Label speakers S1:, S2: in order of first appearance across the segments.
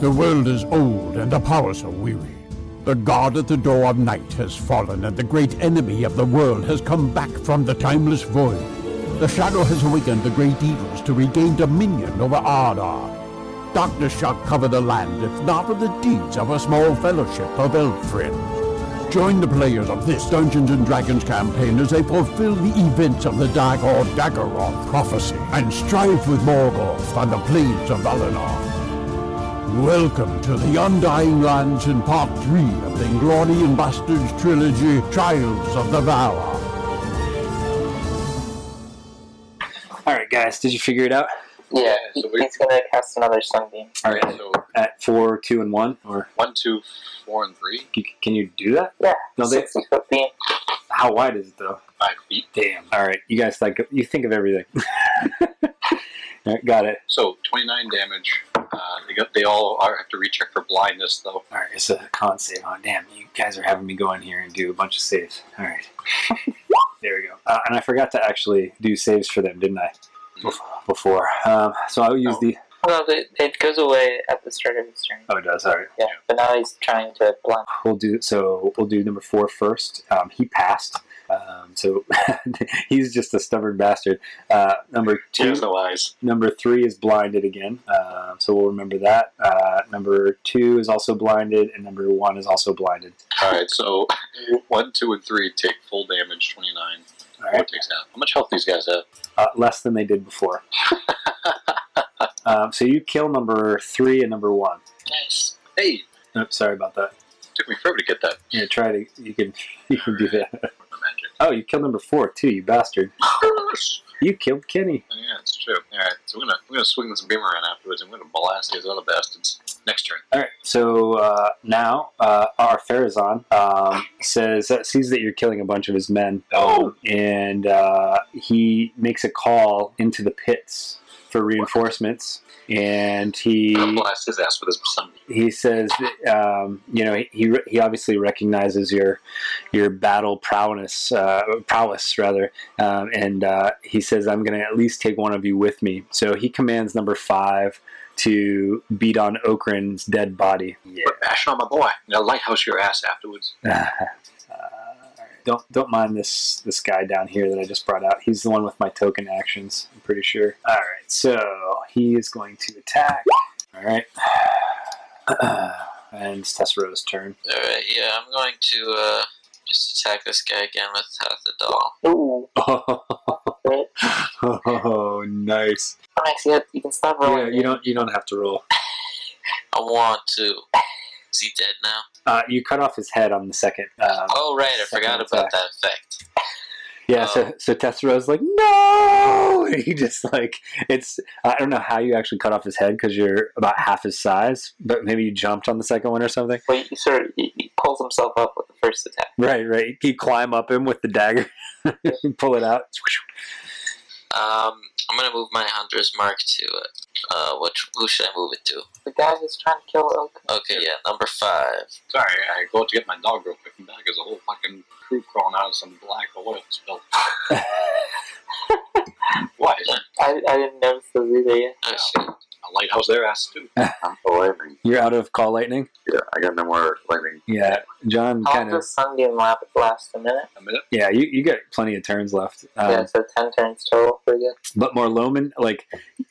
S1: The world is old, and the powers are weary. The god at the door of night has fallen, and the great enemy of the world has come back from the timeless void. The shadow has awakened the great evils to regain dominion over Ardar. Darkness shall cover the land, if not of the deeds of a small fellowship of elf friends. Join the players of this Dungeons and Dragons campaign as they fulfill the events of the Dark or Daggeroth prophecy and strive with Morgoth on the plains of Valinor. Welcome to the Undying Lands in part three of the Inglorious Bastards trilogy, Trials of the Valar.
S2: All right, guys, did you figure it out?
S3: Yeah,
S4: Yeah,
S3: he-
S4: so we-
S3: he's gonna cast another sunbeam.
S2: All right,
S4: So
S2: at four, two, and one, or
S4: one, two, four, and three,
S2: c- can you do that?
S3: Yeah,
S2: No, they-
S3: sixty foot beam.
S2: How wide is it though?
S4: five feet.
S2: Damn. All right, you guys think you think of everything. All right, got it.
S4: So twenty-nine damage. Uh, they got. They all are have to recheck for blindness though.
S2: All right, it's a con save. Oh, damn, you guys are having me go in here and do a bunch of saves. All right. there we go. Uh, and I forgot to actually do saves for them, didn't I? Bef- Before. Um, so I'll use
S4: No.
S2: the.
S3: No, it, it goes away at the start of his turn.
S2: Oh, it does. All right.
S3: Yeah, but now he's trying to blunt.
S2: We'll do so. We'll do number four first. Um, he passed, um, so he's just a stubborn bastard. Uh, number
S4: He
S2: two,
S4: has no eyes.
S2: number three is blinded again, Um so we'll remember that. Uh, number two is also blinded, and number one is also blinded.
S4: All right. So one, two, and three take full damage. Twenty-nine.
S2: All
S4: Four
S2: right,
S4: takes half. How much health these guys have?
S2: uh, less than they did before. um, so you kill number three and number one.
S3: Nice.
S4: Hey,
S2: Nope, sorry about that.
S4: took me forever to get that.
S2: Yeah, try to. You can. You can do that.
S4: The magic.
S2: Oh, you killed number four too, you bastard. You killed Kenny.
S4: yeah, it's true. All right. So I'm gonna I'm gonna swing this beam around afterwards. I'm gonna blast these other bastards next turn.
S2: All right. So uh, now uh, our Farazan um, says uh, sees that you're killing a bunch of his men,
S4: Oh.
S2: and uh, he makes a call into the pits for reinforcements. And he
S4: I'm gonna blast his ass with his sunbeam.
S2: he says, that, um, you know, he he obviously recognizes your your battle prowess, uh, prowess rather, um, and uh, he says, "I'm going to at least take one of you with me." So he commands number five to beat on Okrin's dead body.
S4: Quit bashing on my boy. I'm gonna lighthouse your ass afterwards.
S2: Uh, alright. don't don't mind this this guy down here that I just brought out. He's the one with my token actions. I'm pretty sure. All right, so he is going to attack. All right, and it's Tessero's turn.
S5: Alright, yeah, I'm going to uh, just attack this guy again with half the doll.
S3: Ooh,
S2: Oh,
S3: right?
S2: nice.
S3: Onyx, you, have- Oh, you can stop rolling.
S2: Yeah, you don't you don't have to roll.
S5: I want to. Is he dead now?
S2: Uh, you cut off his head on the second. Um,
S5: Oh, right, I
S2: second
S5: forgot
S2: attack.
S5: about that effect.
S2: Yeah, so so Tessero's like, no. And He just like it's. I don't know how you actually cut off his head because you're about half his size, but maybe you jumped on the second one or something.
S3: Wait, he sort of he, he pulls himself up with the first attack.
S2: Right, right. You climb up him with the dagger, pull it out.
S5: Um, I'm going to move my Hunter's Mark to it. Uh, which, who should I move it to?
S3: The guy who's trying to kill Oak.
S5: Okay, yeah, um, number five.
S4: Sorry, I go out to get my dog real quick, and back is a whole fucking crew crawling out of some black oil spill. Why? is that
S3: I, I didn't notice those either. Yeah.
S5: Oh, shit.
S4: A lighthouse there, ass too.
S6: I'm for lightning.
S2: You're out of call lightning.
S6: Yeah, I got no more lightning.
S2: Yeah, John.
S3: How
S2: Kind
S3: long
S2: of.
S3: does sunbeam lap last? A minute.
S4: A minute.
S2: Yeah, you you got plenty of turns left. Um,
S3: yeah, so ten turns total. Pretty good.
S2: but Morloman, like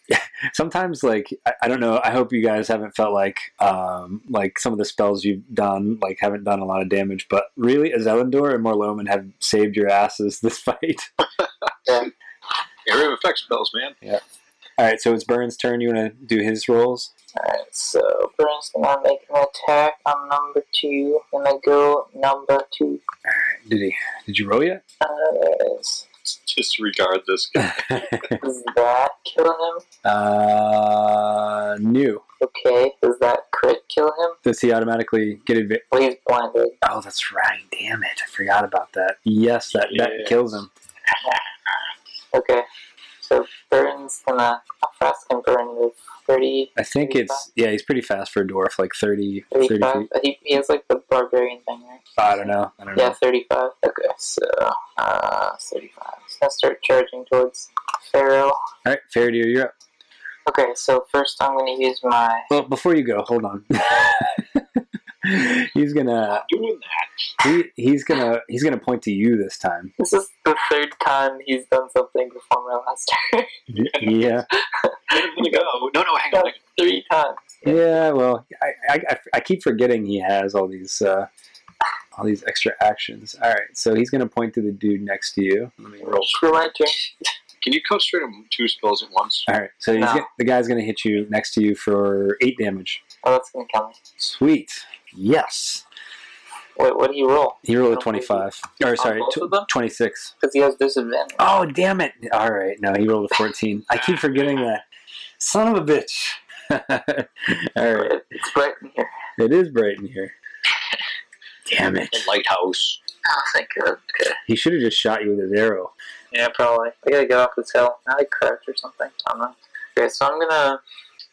S2: sometimes, like I, I don't know. I hope you guys haven't felt like um, like some of the spells you've done like haven't done a lot of damage. But really, Azelindor and Morloman have saved your asses this fight.
S4: Area of effect spells, man.
S2: All right, so it's Burns' turn. You want to do his rolls?
S3: Alright, so Burns gonna make an attack on number two. Gonna go number two.
S2: All right, did he? Did you roll yet?
S3: Uh, there it is.
S4: Just regard this guy.
S3: Is that kill him?
S2: uh, new.
S3: Okay. Does that crit kill him?
S2: Does he automatically get advantage?
S3: Well, he's blinded.
S2: Oh, that's right. Damn it, I forgot about that. Yes, that that
S4: Yes.
S2: kills him.
S3: Okay. So Burns gonna. How fast can Burn move? 30,
S2: I think it's yeah. He's pretty fast for a dwarf, like 30, 30 feet. Uh-huh.
S3: 35? Uh, He, he has like the barbarian thing, right?
S2: I don't know. I don't know.
S3: Yeah, 35. Okay, so. Uh, 35. He's gonna start charging towards Pharaoh.
S2: All right, Faraday, you're up.
S3: Okay, so first I'm going to use my.
S2: Well, before you go, hold on. he's gonna
S4: Doing that.
S2: he, he's gonna he's gonna point to you this time.
S3: This is the third time he's done something before my last turn.
S2: Yeah,
S4: I'm gonna go. No, no, hang on.
S3: Three times.
S2: yeah. Well, I, I, I- I keep forgetting he has all these uh, all these extra actions. All right, so he's gonna point to the dude next to you. Let me roll.
S3: For my turn.
S4: Can you coach straight on two spells at once?
S2: All right, so he's
S3: No.
S2: get, the guy's gonna hit you next to you for eight damage.
S3: Oh, that's going to kill me.
S2: Sweet. Yes.
S3: Wait, what do you roll?
S2: He rolled a twenty-five. Or sorry,
S3: both
S2: tw-
S3: of them?
S2: twenty-six.
S3: Because he has disadvantage.
S2: Oh, damn it. All right. No, he rolled a 14. I keep forgetting that. Son of a bitch. All right.
S3: It- It's bright in here.
S2: It is bright in here. Damn it.
S4: The lighthouse.
S3: Oh, thank God. Okay.
S2: He should have just shot you with his arrow.
S3: Yeah, probably. I gotta get off this hill. I like crouch or something. I don't know. Okay, so I'm gonna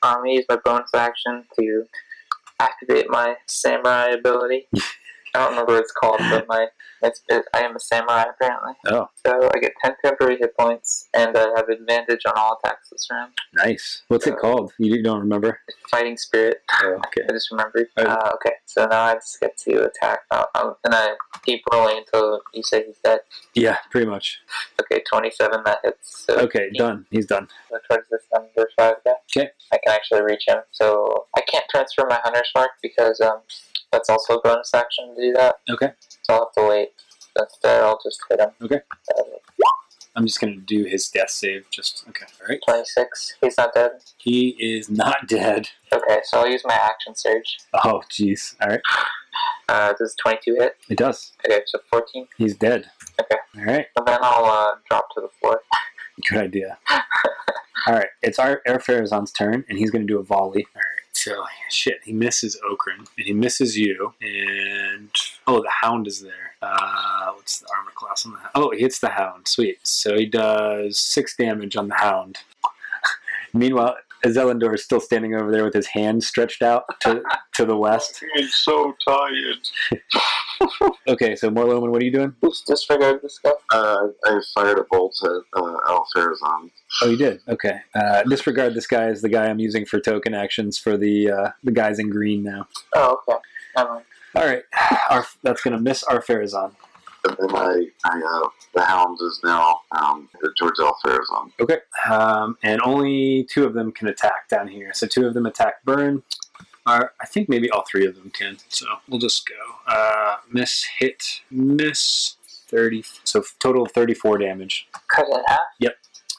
S3: um, use my bonus action to activate my samurai ability. I don't remember what it's called, but my it's, it, I am a samurai apparently.
S2: Oh.
S3: So I get ten temporary hit points, and I have advantage on all attacks this round.
S2: Nice. What's it called? You don't remember?
S3: Fighting spirit.
S2: Oh, okay.
S3: I just remembered.
S2: Oh.
S3: Uh, okay, so now I just get to attack, uh, um, and I keep rolling until you say he's dead.
S2: Yeah, pretty much.
S3: Okay, twenty-seven that hits. So
S2: Okay,
S3: he-
S2: done. He's done.
S3: go towards this number five guy.
S2: Okay.
S3: I can actually reach him. So I can't transfer my hunter's mark because um, that's also a bonus action to do that.
S2: Okay.
S3: So I'll have to wait. So Instead, I'll just hit him.
S2: Okay.
S3: Uh,
S2: I'm just going to do his death save. Just, okay. All right.
S3: 26. He's not dead.
S2: He is not dead.
S3: Okay, so I'll use my action surge.
S2: Oh, jeez. All right.
S3: Uh, does 22 hit?
S2: It does.
S3: Okay, so 14.
S2: He's dead.
S3: Okay.
S2: All right.
S3: And then I'll uh, drop to the floor.
S2: Good idea. All right, it's our Airfarazan's turn, and he's going to do a volley. All right, so shit, he misses Okran, and he misses you, and oh, the Hound is there. Uh, what's the armor class on the Hound? Oh, he hits the Hound. Sweet. So he does six damage on the Hound. Meanwhile, Zelendor is still standing over there with his hand stretched out to to the west.
S4: I'm so tired.
S2: Okay, so Morloman, what are you doing?
S3: Oops, disregard this guy.
S6: Uh, I fired a bolt at uh, Alfarazan.
S2: Oh, you did. Okay. Uh, disregard this guy is the guy I'm using for token actions for the uh, the guys in green now.
S3: Oh, okay. Never mind.
S2: All right, our, that's gonna miss our Farazan.
S6: And then I, I uh, the hound is now um, headed towards Alfarazan.
S2: Okay, um, and only two of them can attack down here. So two of them attack burn. Or I think maybe all three of them can. So we'll just go uh, miss, hit, miss thirty. So total of thirty-four damage.
S3: Cut it in half.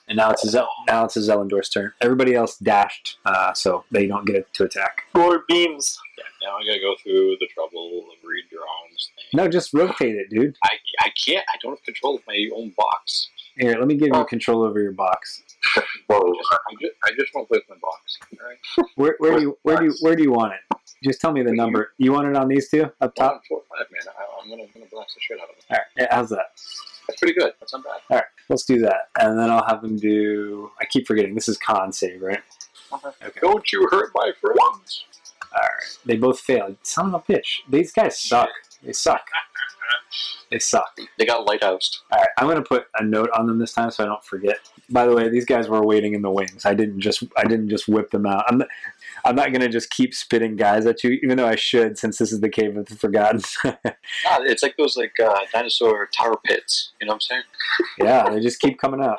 S2: And now it's a Zel- now it's a Zelendor's turn. Everybody else dashed, uh, so they don't get to attack.
S3: Four beams.
S4: Now I gotta go through the trouble of redrawing this thing.
S2: No, just rotate it, dude.
S4: I, I can't. I don't have control of my own box.
S2: Here, let me give you control over your box.
S4: I
S6: Whoa,
S4: just, I just, I just won't play with my box. All right.
S2: Where, where do you where do you where do you want it? Just tell me the number. You want it on these two up top?
S4: One, four, five, man. I, I'm gonna, I'm gonna blast the shit out of it.
S2: All right, yeah, how's that?
S4: That's pretty good. That's not bad.
S2: Let's do that, and then I'll have them do. I keep forgetting. This is con save, right?
S3: Uh-huh.
S2: Okay. All
S4: Don't you hurt my friends.
S2: right. They both failed. Son of a bitch. These guys suck. They suck. They suck.
S4: They got lighthoused.
S2: All right. I'm gonna put a note on them this time so I don't forget. By the way, these guys were waiting in the wings. I didn't just. I didn't just whip them out. I'm. Not, I'm not gonna just keep spitting guys at you, even though I should, since this is the cave of the forgotten.
S4: Yeah, it's like those like uh, dinosaur tower pits. You know what I'm saying?
S2: yeah, they just keep coming out.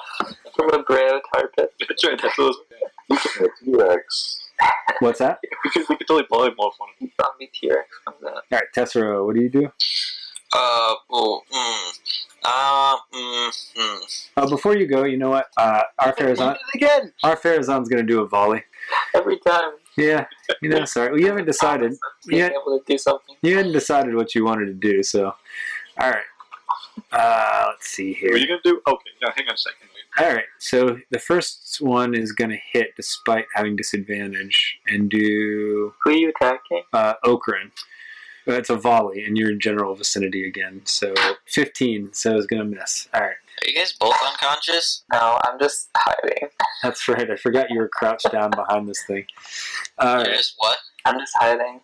S3: From a gray tar pit.
S4: That's right. That's those.
S6: T-Rex.
S2: What's that?
S4: We could, we could totally polymorph one.
S3: Zombie T-Rex comes out.
S2: All right, Tessero, what do you do?
S5: Uh, oh, mm, uh, mm, mm.
S2: Uh, before you go, you know what? Uh, our fair is on.
S4: it again.
S2: Our Farazan's going to do a volley.
S3: Every time.
S2: Yeah, you know, sorry. Well, you haven't decided.
S3: Being
S2: Yeah.
S3: able to do something.
S2: You hadn't decided what you wanted to do, so. All right. Uh, let's see
S4: What
S2: here.
S4: are you gonna do? Okay, no, hang on a second. Wait.
S2: All right, so the first one is going to hit despite having disadvantage and do
S3: Who are you attacking?
S2: uh, Okran. That's a volley in your general vicinity again. So 15, so it's going to miss. All right,
S5: Are you guys both unconscious?
S3: No, I'm just hiding.
S2: that's right. I forgot you were crouched down behind this thing. All
S5: You're
S2: right.
S5: just what?
S3: I'm just hiding.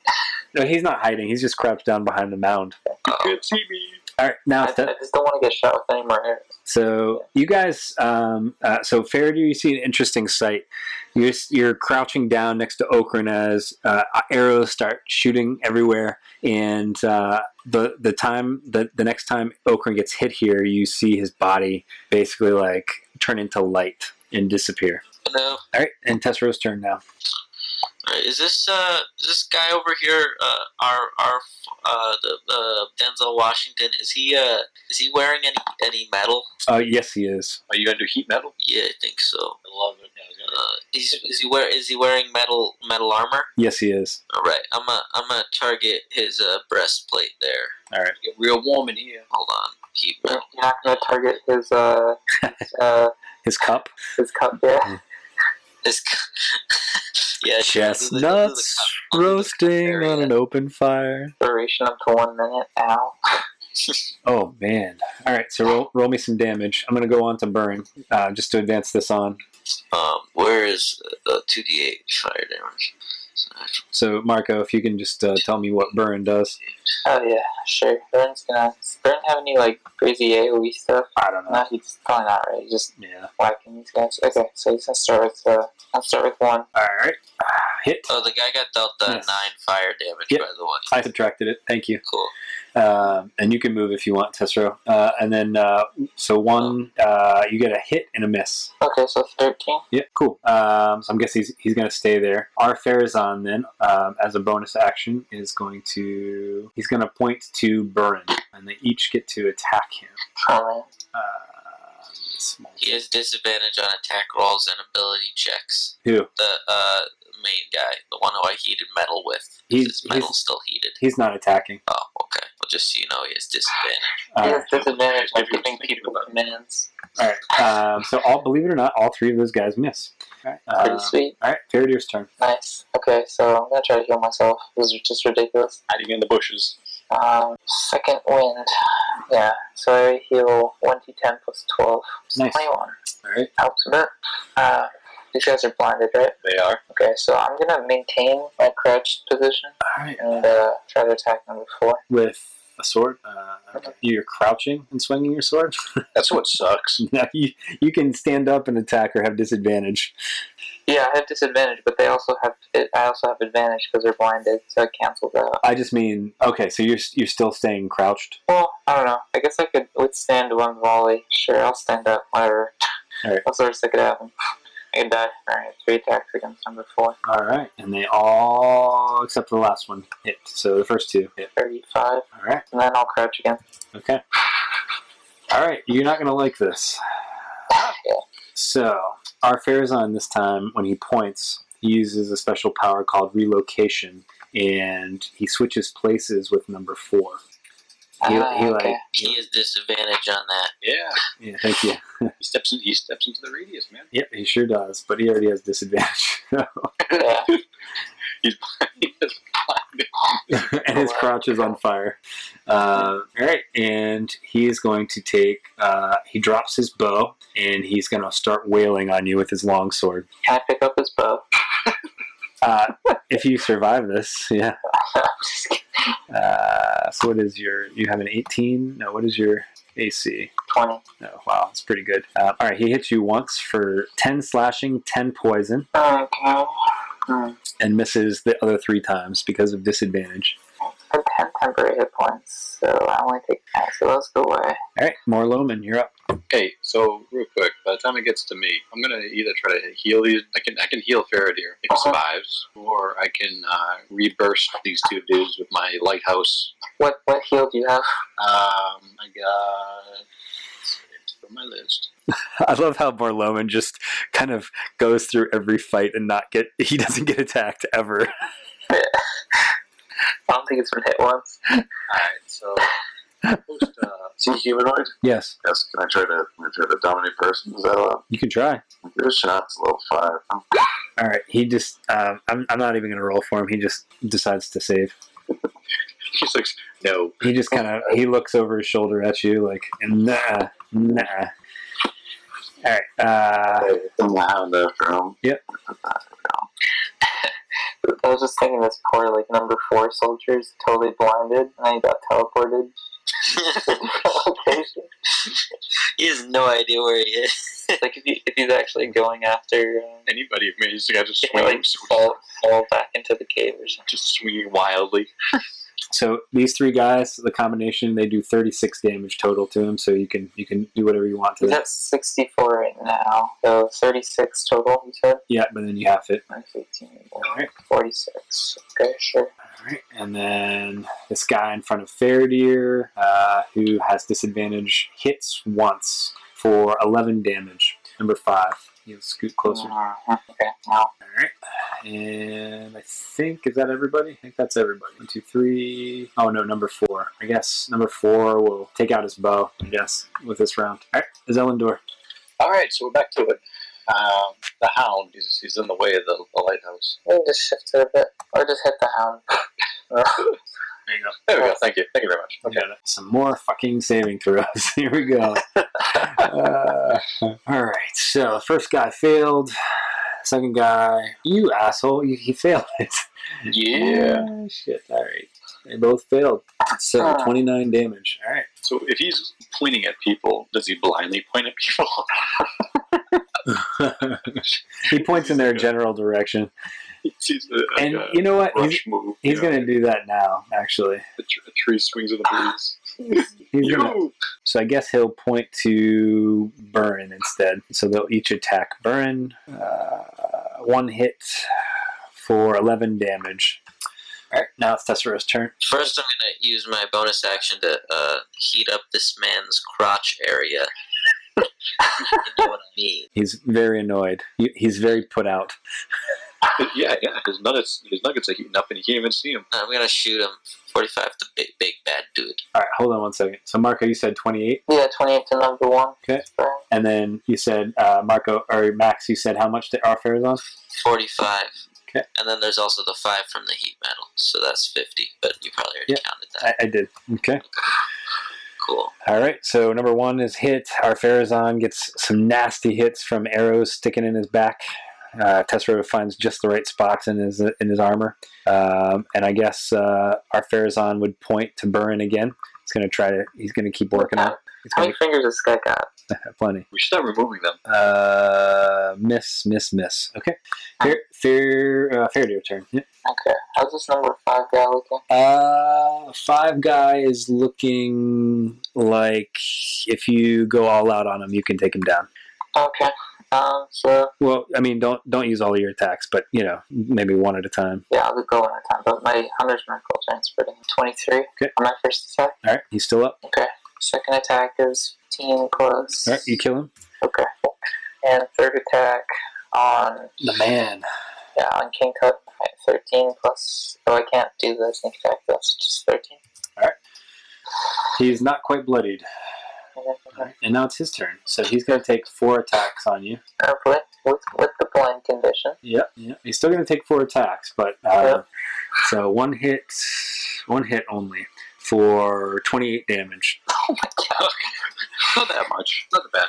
S4: Uh,
S2: No, he's not hiding. He's just crouched down behind the mound.
S4: You can't see me.
S2: All right, now
S3: I,
S2: if the-
S3: I just don't want to get shot with any more arrows.
S2: So you guys, um, uh, so Faraday, you see an interesting sight. You're, you're crouching down next to Okran as uh, arrows start shooting everywhere, and uh, the the time the, the next time Okran gets hit here, you see his body basically like turn into light and disappear.
S5: No.
S2: All right, and Tessero's turn now.
S5: All right, Is this uh is this guy over here uh our our uh the uh, Denzel Washington is he uh is he wearing any any metal?
S2: Uh, yes, he is.
S4: Are you gonna do heat metal?
S5: Yeah, I think so.
S4: I love it. Yeah, I was gonna-
S5: Uh, he's, is he wear is he wearing metal metal armor?
S2: Yes, he is.
S5: All right, I'm a I'm gonna target his uh, breastplate there.
S2: All right.
S4: get real warm in here.
S5: Hold on, he
S3: You're you're not going to target his uh, uh,
S2: His cup.
S3: his cup there.
S5: his yeah do the- do the
S2: Chestnuts
S5: cup.
S2: roasting
S5: Area.
S2: on an open fire.
S3: Duration up to one minute. Ow.
S2: Oh man! All right, so roll, roll me some damage. I'm gonna go on to burn, uh, just to advance this on.
S5: Um, where is the two D eight fire damage? So,
S2: So Marco, if you can just uh, tell me what burn does.
S3: Oh, yeah, sure. Burns going to. Burn have any, like, crazy AoE stuff?
S2: I don't
S3: No, he's probably not right. He's just
S2: Yeah.
S3: whacking these guys. Okay, so he's going to start with, uh, I'll start with one.
S2: All right. Ah, hit.
S5: Oh, the guy got dealt the
S2: Yes.
S5: nine fire damage
S2: Yep.
S5: by the way.
S2: I subtracted it. Thank you.
S5: Cool.
S2: Um, and you can move if you want, Tessero. Uh, and then uh, so one, uh, you get a hit and a miss.
S3: Okay, so 13.
S2: Yeah, cool. Um, so I'm guessing he's, he's going to stay there. Our Farazan then, um, as a bonus action, is going to he's going to point to Burn, and they each get to attack him.
S3: Oh, man.
S2: Uh, small
S5: He has disadvantage on attack rolls and ability checks.
S2: Who?
S5: The uh main guy, the one who I heated metal with.
S2: He's-
S5: Is his metal
S2: he's-
S5: still heated?
S2: He's not attacking.
S5: Oh, okay. Well, just so you know, he has disadvantage.
S3: He
S2: Uh,
S3: has disadvantage on
S4: Maybe we're
S3: giving
S4: just thinking
S3: people
S4: about it.
S3: commands.
S2: all right. Um, so all, believe it or not, all three of those guys miss. All right. Uh,
S3: Pretty sweet.
S2: all right. Faradir's turn.
S3: Nice. Okay, so I'm gonna try to heal myself. This is just ridiculous.
S4: Hiding in the bushes.
S3: Um, second wind. Yeah, so I heal 1d10 plus 12. It's
S2: Nice.
S3: 21.
S2: All right.
S3: Helps a bit. Uh, these guys are blinded, right?
S4: They are.
S3: Okay, so I'm gonna maintain my crouched position
S2: All right.
S3: and uh, try to attack number 4.
S2: With a sword, uh, okay. you're crouching and swinging your sword.
S4: That's what sucks.
S2: now you you can stand up and attack or have disadvantage.
S3: Yeah, I have disadvantage, but they also have. It, I also have advantage because they're blinded, so it cancels out.
S2: I just mean okay. So you're you're still staying crouched.
S3: Well, I don't know. I guess I could withstand one volley. Sure, I'll stand up. Whatever.
S2: Alright.
S3: What's the worst that could happen? I could die. Alright, three attacks against number four.
S2: All right. And they all except for the last one hit. So the first two hit.
S3: 35.
S2: All right.
S3: And then I'll crouch again.
S2: Okay. All right, you're not gonna like this. So our Farazan this time, when he points, he uses a special power called relocation, and he switches places with number four. He,
S3: Ah,
S2: he
S3: okay.
S2: like,
S5: He has disadvantage on that.
S4: Yeah.
S2: yeah, thank you.
S4: He steps in, he steps into the radius, man.
S2: Yep, he sure does, but he already has disadvantage,
S3: Yeah.
S4: He's he is blinded.
S2: and his crotch is on fire. Uh, all right, and he is going to take. Uh, he drops his bow, and he's going to start wailing on you with his long sword.
S3: Can I pick up his bow?
S2: Uh, if you survive this, yeah. Uh, so what is your? You have an 18. No, what is your AC?
S3: 20.
S2: No, wow, it's pretty good. Uh, all right, he hits you once for 10 slashing, 10 poison,
S3: Okay. Hmm.
S2: and misses the other three times because of disadvantage.
S3: I have 10 temporary hit points, so I only take. Alright, so those go away.
S2: All right, more Loman, you're up.
S4: Okay, so real quick, by the time it gets to me, I'm gonna either try to heal these. I can I can heal Faradir if he
S3: Uh-huh.
S4: survives, or I can uh, reburst these two dudes with my lighthouse.
S3: What what heal do you have?
S4: Um, I got it's from my list.
S2: I love how Morloman just kind of goes through every fight and not get he doesn't get attacked ever.
S3: I don't think it's been hit once.
S4: All right, so post, uh,
S6: Is he humanoid?
S2: Yes,
S6: Yes. Can I try to? Can I try to dominate person? Is that allowed?
S2: you can try.
S6: Give it a shot. It's a level five. Oh,
S2: All right, he just um, I'm I'm not even gonna roll for him. He just decides to save.
S4: he's like, no,
S2: he just kind of he looks over his shoulder at you like nah nah all right uh
S6: hey, I'm the hound after him.
S3: I was just thinking this poor, like, number four soldier is totally blinded, and he got teleported. location.
S5: he has no idea where he is.
S3: like if, you, if he's actually going after, um,
S4: Anybody, I mean, he's got just
S3: if he
S4: swinging,
S3: like fall fall back into the cave or something.
S4: just swinging wildly.
S2: So these three guys, the combination, they do 36 damage total to him. So you can you can do whatever you want to.
S3: He's
S2: them.
S3: at 64 right now, so 36 total. You said
S2: Yeah, but then you half it.
S3: 15,
S2: Alright.
S3: 46. Okay, sure.
S2: All right, and then this guy in front of Faradir, uh, who has disadvantage, hits once for 11 damage. Number five. He'll scoot closer.
S3: Mhm. Okay, now
S2: All right. And I think, is that everybody? I think that's everybody. One, two, three. Oh, no, number four. I guess number four will take out his bow, I guess, with this round. All right, is Elendor.
S4: All right, so we're back to it. Um, the hound is he's in the way of the, the lighthouse.
S3: maybe just shift it a bit, or just hit the hound.
S2: There you go.
S4: There we go. Thank you. Thank you very much.
S2: Okay. Some more fucking saving throws. Here we go. uh, all right. So first guy failed. Second guy, you asshole, you, he failed it. Ah, shit. All right. They both failed. So
S3: Ah.
S2: 29 damage. All right.
S4: So if he's pointing at people, does he blindly point at people?
S2: he points in their general direction.
S4: he sees the, uh, like
S2: And
S4: a
S2: you know what? He's,
S4: rush move.
S2: he's
S4: you know,
S2: going to do that now, actually.
S4: a, tr- a tree swings in the breeze.
S2: Ah, He's
S4: Yo!
S2: gonna, So I guess he'll point to Burn instead. So they'll each attack Burn. Uh, one hit for 11 damage. All right, now it's Tessero's turn.
S5: First, I'm gonna use my bonus action to uh, heat up this man's crotch area. you know what I mean?
S2: He's very annoyed. He, he's very put out.
S4: yeah, yeah. His nuggets, his nuggets are heating up, and you can't even see him.
S5: I'm gonna shoot him. 45, the big, big bad dude.
S2: All right, hold on one second. So Marco, you said 28,
S3: yeah, 28 to number one.
S2: Okay.
S3: Right.
S2: and then you said uh, Marco or Max. You said how much the our fair is on?
S5: 45.
S2: Okay.
S5: And then there's also the 5 from the heat metal, so that's 50, but you probably already
S2: Yeah.
S5: counted that.
S2: I, I did. Okay.
S5: Cool.
S2: All right, so number one is hit. Our Farazan gets some nasty hits from arrows sticking in his back. Uh, Tessero finds just the right spots in his in his armor, um, and I guess uh, our Farazan would point to Burn again. He's gonna try to. He's gonna keep working on. it. He's
S3: How
S2: gonna
S3: many fingers does this guy got?
S2: have plenty.
S4: We should start removing them.
S2: Uh, miss, miss, miss. Okay, fair, fair, uh, fair to your turn. Yeah.
S3: Okay, how's this number five guy looking?
S2: Uh, five guy is looking like if you go all out on him, you can take him down.
S3: Okay, um, so
S2: Well, I mean, don't don't use all your attacks, but you know, maybe one at a time.
S3: yeah, I'll go one at a time, but my hunter's miracle transferred in 23
S2: Okay.
S3: on my first attack.
S2: All right, he's still up.
S3: Okay, second attack is 15 close.
S2: All right, you kill him.
S3: Okay, and third attack on,
S2: The man.
S3: yeah, on King Cut, right, 13 plus, oh, I can't do the sneak attack, that's just 13.
S2: He's not quite bloodied,
S3: Okay.
S2: and now it's his turn. So he's gonna take four attacks on you.
S3: Hopefully, with, with the blind condition.
S2: Yep. yep. He's still gonna take four attacks, but uh,
S3: Yep.
S2: so one hit, one hit only for twenty-eight damage.
S4: Not that much. Not that bad.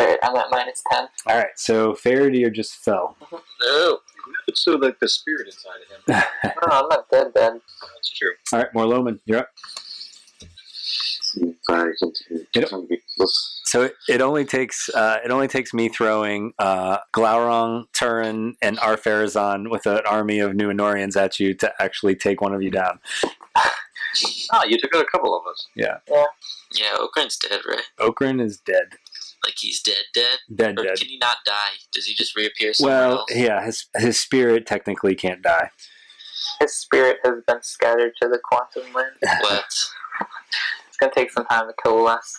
S3: Alright, I'm at minus 10.
S2: All right, so Faradir just fell.
S5: No.
S4: It's sort of like the spirit inside of him.
S2: all
S3: No, I'm not dead then.
S4: That's true.
S2: right, Morloman, you're up.
S6: Sorry, continue.
S2: Get up.
S6: continue because
S2: So it, it only takes uh, it only takes me throwing uh, Glaurung, Turin, and Arpharazon with an army of Numenorians at you to actually take one of you down.
S4: Ah, you took out a couple of us.
S5: Yeah, Okrin's dead, right?
S2: Okrin is dead,
S5: Like he's dead, dead.
S2: dead,
S5: Or
S2: dead.
S5: can he not die? Does he just reappear somewhere
S2: Well,
S5: else?
S2: yeah, his his spirit technically can't die.
S3: His spirit has been scattered to the quantum land.
S5: What?
S3: It's gonna take some time to coalesce.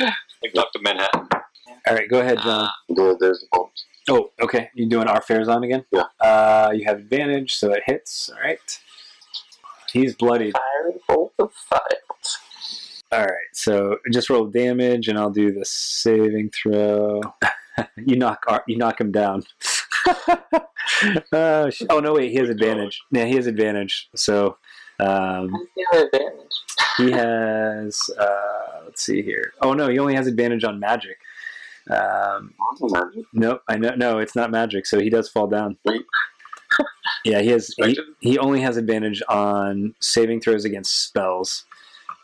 S4: Like Doctor Manhattan.
S2: All right, go ahead, John.
S5: Uh,
S6: there, there's a bolt.
S2: oh, okay, you doing Arpharazon again?
S6: Yeah.
S2: Uh, you have advantage, so it hits. All right. He's bloodied.
S3: Firebolt of fire.
S2: All right, so just roll damage, and I'll do the saving throw. you knock Ar- you knock him down. oh, sh- oh no! Wait, he has advantage. Yeah, he has advantage. So um,
S3: Who's the other advantage?
S2: he has. Uh, let's see here. Oh no, he only has advantage on magic. Um,
S6: Imagine.
S2: nope, I know. No, it's not magic. So he does fall down. Yeah, he has. He,
S4: Expected?
S2: he only has advantage on saving throws against spells.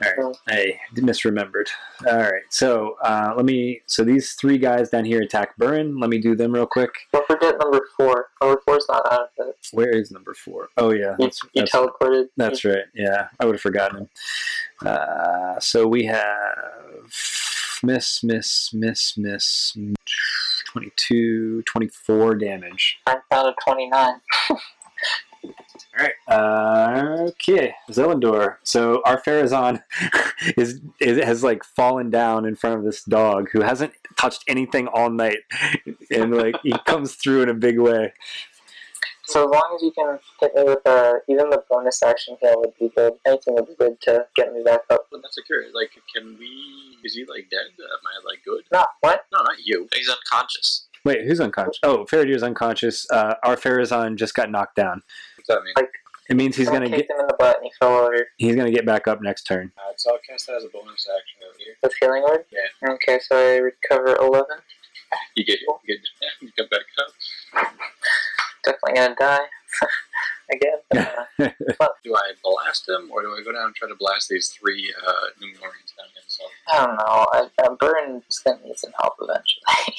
S3: Hmm,
S2: All right, I misremembered. All right, so uh, let me. So these three guys down here attack Burren. Let me do them real quick.
S3: Don't forget number four. Number four's not out of it.
S2: Where is number four? Oh yeah,
S3: You,
S2: that's
S3: you
S2: that's,
S3: teleported.
S2: that's right. Yeah, I would have forgotten him. Uh, so we have miss, miss, miss, miss. 22, 24 damage.
S3: I'm down to 29.
S2: All right. Uh, okay, Zelindor. So our Farazan is, is has like fallen down in front of this dog who hasn't touched anything all night, and like he comes through in a big way.
S3: So as long as you can hit me with uh, even the bonus action heal would be good. Anything would be good to get me back up.
S4: But that's secure. Like, can we? Is he like dead? Am I like good?
S3: No, what?
S4: No, not you.
S5: He's unconscious.
S2: Wait, who's unconscious? Oh, Faradir's unconscious. Uh, our Farazan just got knocked down.
S4: What's that mean?
S3: Like-
S2: It means he's
S3: Someone
S2: gonna get
S3: kicked him in the butt and he fell over.
S2: he's gonna get back up next turn.
S4: Uh, so I'll cast that as a bonus action over here.
S3: The healing word?
S4: Yeah.
S3: Okay, so I recover 11.
S4: You get, you get, you come back up.
S3: Definitely gonna die. Again. Uh,
S4: Do I blast him, or do I go down and try to blast these three uh, Numenorians down again? So
S3: I don't know. I, I Burns gonna need some help eventually.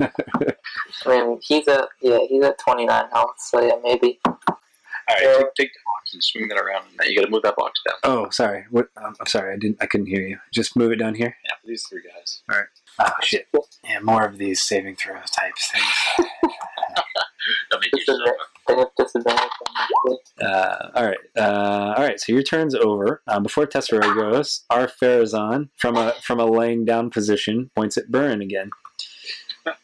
S3: I mean, he's at yeah, he's at 29 health, so yeah, maybe.
S4: All right,
S3: Yeah.
S4: take, take the box and swing that around. Now you got to move that box down.
S2: Oh, sorry. What? Um, I'm sorry. I didn't. I couldn't hear you. Just move it down here.
S4: Yeah, for these three guys.
S2: Oh shit. Yeah, more of these saving throw type things.
S4: That make
S3: Just
S4: you
S3: a bit. They have disadvantage. on
S2: Uh, all right, uh, all right. So your turn's over. Um, before Tessera goes, our Farazan from a from a laying down position points at Burn again. All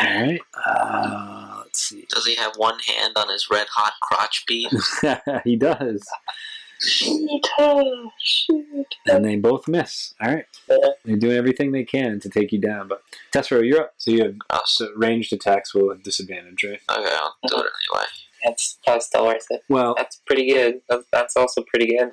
S2: right. Uh, let's see.
S5: Does he have one hand on his red hot crotch bead?
S2: he does,
S3: Shoot! oh, Shoot!
S2: and they both miss. All right.
S3: Yeah.
S2: They're doing everything they can to take you down, but Tessera, you're up. So you have
S5: Oh,
S2: so ranged attacks will have disadvantage, right?
S5: okay, I'll do it anyway.
S3: That's that's still worth it.
S2: Well,
S3: That's pretty good. That- That's also pretty good.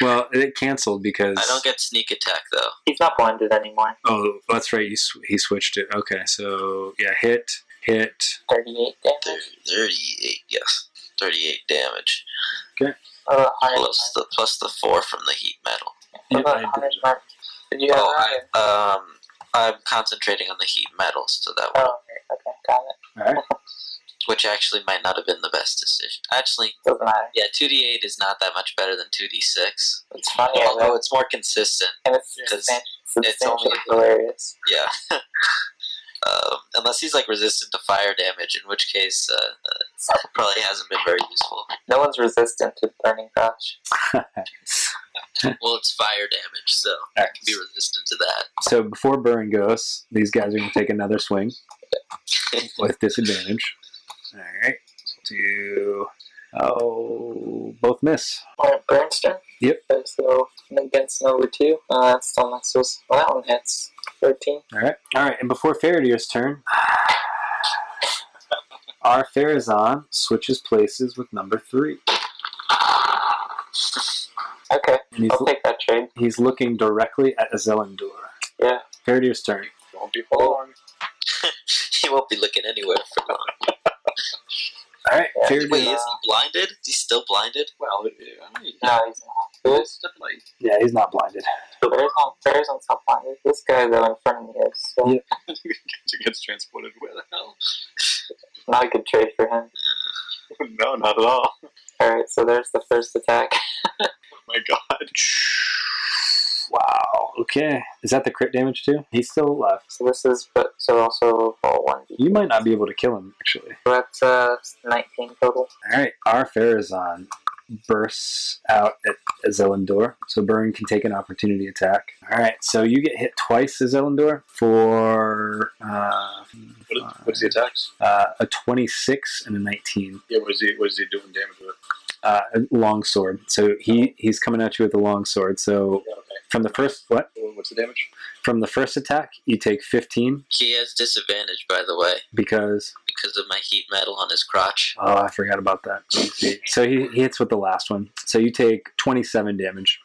S2: well, it canceled because
S5: I don't get sneak attack though.
S3: He's not blinded anymore.
S2: oh, that's right. You sw- he switched it. Okay, so yeah, hit, hit.
S3: 38
S5: Thir-
S3: damage.
S5: Thirty-eight, yes, thirty-eight damage
S3: Oh, iron
S5: plus the plus the four from the heat metal.
S2: Yeah,
S3: What about
S2: I
S3: iron mark? Did you have
S5: Oh,
S3: iron?
S5: I, um, I'm concentrating on the heat metal, so that
S3: Oh, okay, okay, got it.
S2: All right.
S5: which actually might not have been the best decision. Actually,
S3: Doesn't matter.
S5: yeah, two D eight is not that much better than two D six,
S3: It's funny,
S5: although
S3: though.
S5: it's more consistent.
S3: And it's
S5: it's-
S3: substantially,
S5: it's only-
S3: substantially hilarious.
S5: Yeah. Um, unless he's like resistant to fire damage, in which case uh, uh, it probably hasn't been very useful.
S3: No one's resistant to burning crotch.
S5: Well, it's fire damage, so
S2: All
S5: it can be resistant to that.
S2: So before Burn goes, these guys are going to take another swing with disadvantage. All right. Do oh, both miss.
S3: Alright, Burnstone?
S2: Yep.
S3: So, I'm against number two. Uh, that's still not so. Well, that one hits. 13.
S2: All right. All right. And before Faradir's turn, our Farazan switches places with number three,
S3: Okay,
S2: and he's,
S3: I'll take that trade.
S2: he's looking directly at Zelindor.
S3: Yeah.
S2: Faradir's turn.
S4: Won't be for long.
S5: he won't be looking anywhere for long.
S2: All right.
S3: Yeah.
S2: Faradir.
S5: Wait, is he blinded? Is he still blinded?
S4: Well, I mean,
S3: No, he's not. Who's?
S4: it's definitely
S2: Yeah, he's not blinded.
S3: Bears on, Bears on top line. This guy, though, in front of me is so
S2: Yeah.
S4: it gets transported. Where the hell?
S3: not a good trade for him.
S4: no, not at all.
S3: Alright, so there's the first attack.
S4: Oh my god.
S2: Wow. Okay. Is that the crit damage too? He's still alive.
S3: So this is, but so also roll one d.
S2: You might not be able to kill him actually.
S3: So that's uh, 19 total.
S2: All right, our Farazan bursts out at Zelindor, so Burn can take an opportunity attack. All right, so you get hit twice as Zelindor for uh,
S4: What is, what's the attacks?
S2: uh, a 26 and a 19
S4: Yeah, what is he? What is he doing damage with?
S2: uh, long sword. So he he's coming at you with a long sword. So
S4: Yeah, okay.
S2: from the first what
S4: Well, What's the damage?
S2: from the first attack, you take 15
S5: He has disadvantage, by the way,
S2: because
S5: because of my heat metal on his crotch.
S2: oh I forgot about that. So he, he hits with the last one. So you take 27 damage.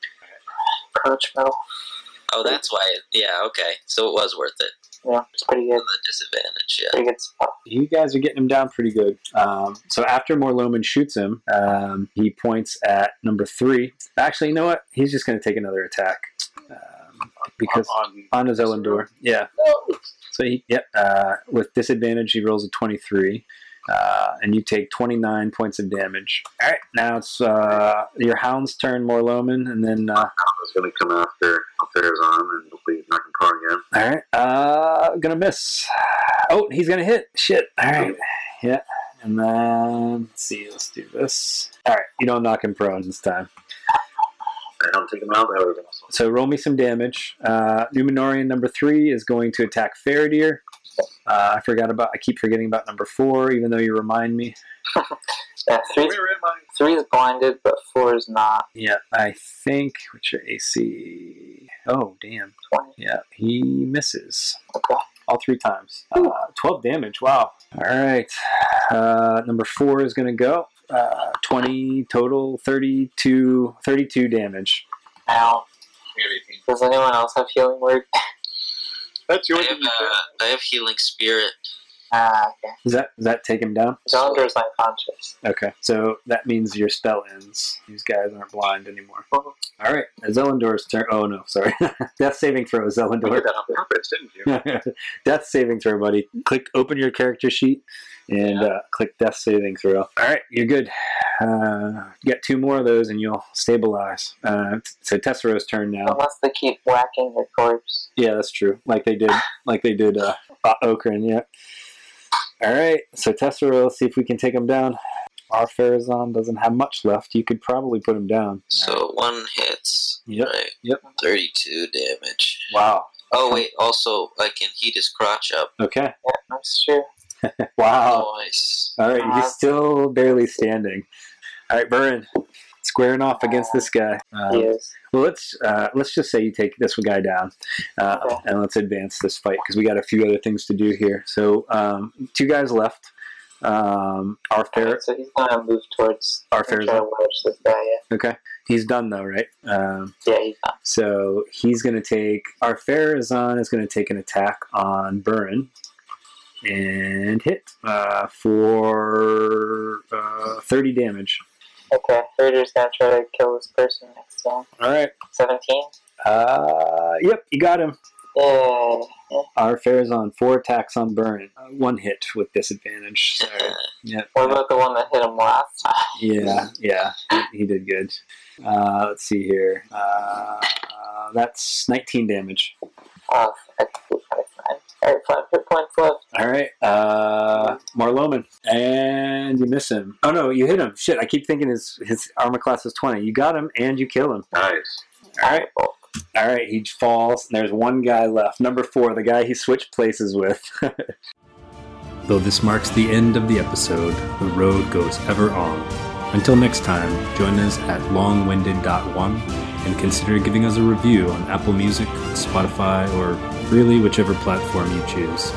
S3: Crunch metal.
S5: Oh, that's why. Yeah, okay. So it was worth it.
S3: Yeah, it's pretty good.
S5: With a disadvantage, yeah.
S3: Pretty good spot.
S2: you guys are getting him down pretty good. Um, so after Morloman shoots him, um, he points at number three. Actually, you know what? He's just going to take another attack um, because
S4: on,
S2: on his Elendor. Yeah. So he, yep, uh, with disadvantage, he rolls a 23, uh, and you take 29 points of damage. All right, now it's uh, your hound's turn, Morloman, and then uh,
S6: was going to come after Altair's arm and hopefully knock him prone again.
S2: all right, uh, gonna miss. Oh, he's gonna hit. Shit. All right, yeah, and then let's see, let's do this. All right, you don't knock him prone this time.
S6: I don't take him out. That would have been awesome.
S2: So roll me some damage. Uh, Numenorian number three is going to attack Faradir. Uh, I forgot about. I keep forgetting about number four, even though you remind me.
S3: Yeah,
S4: Where
S3: three's,
S4: am I?
S3: three's blinded, but four is not.
S2: Yeah, I think what's your AC? Oh, damn.
S3: 20.
S2: Yeah, he misses
S3: Okay.
S2: all three times. Uh, Twelve damage. Wow. All right. Uh, number four is gonna go. Uh, 20 total 32 32 damage
S3: Now,
S4: I got 18.
S3: does anyone else have healing word?
S4: That's your
S5: I have, uh, I have healing spirit.
S3: Ah, okay.
S2: does that does that take him down
S3: Zelander's not conscious.
S2: okay so that means your spell ends these guys aren't blind anymore
S3: Mhm.
S2: all right zelindor's turn oh no sorry death saving throw
S4: You
S2: zelindor
S4: did that on purpose, didn't you?
S2: death saving throw, buddy. Click open your character sheet and uh, click death saving throw. All right, you're good. Uh, get two more of those and you'll stabilize. Uh, so Tessero's turn now.
S3: Unless they keep whacking your corpse.
S2: Yeah, that's true. Like they did, like they did uh, uh, Okran. Yeah. All right, so Tessero, let's see if we can take him down. Our Farazan doesn't have much left. You could probably put him down.
S5: So one hits.
S2: Yep.
S5: Right.
S2: Yep.
S5: 32 damage.
S2: Wow.
S5: Oh, wait, also, I can heat his crotch up.
S2: Okay.
S3: Yeah, that's true.
S2: Wow.
S5: Nice.
S2: All right,
S3: Uh,
S2: he's still barely standing. All right, Burren, squaring off against this guy.
S3: He
S2: Um,
S3: is.
S2: well, let's uh, let's just say you take this guy down, uh,
S3: Okay.
S2: and let's advance this fight because we got a few other things to do here. So, um, two guys left. Um, our fair,
S3: So he's gonna move towards
S2: Our
S3: and
S2: fair's
S3: try to
S2: up.
S3: wedge this guy. Yeah,
S2: okay, he's done though, right? Um,
S3: yeah he's not.
S2: so he's going to take our Farazan is going to take an attack on Burren and hit uh, for uh, thirty damage.
S3: Okay, Raider's gonna try to kill this person next time.
S2: All right.
S3: Seventeen.
S2: Uh, yep, you got him.
S3: Yeah.
S2: Our fair is on four attacks on burn, uh, one hit with disadvantage. So, yeah,
S3: What about the one that hit him last time?
S2: yeah, yeah, he, he did good. Uh, let's see here. Uh, uh, that's 19 damage.
S3: Oh, that's that's fine. All right, five hit points left.
S2: All right, uh, Marloman, and you miss him. Oh no, you hit him. Shit, I keep thinking his his armor class is 20. You got him, and you kill him.
S6: Nice.
S2: All right, all right. He falls. And there's one guy left, number four, the guy he switched places with.
S7: Though this marks the end of the episode, the road goes ever on. Until next time, join us at longwinded.one and consider giving us a review on Apple Music, Spotify, or really whichever platform you choose.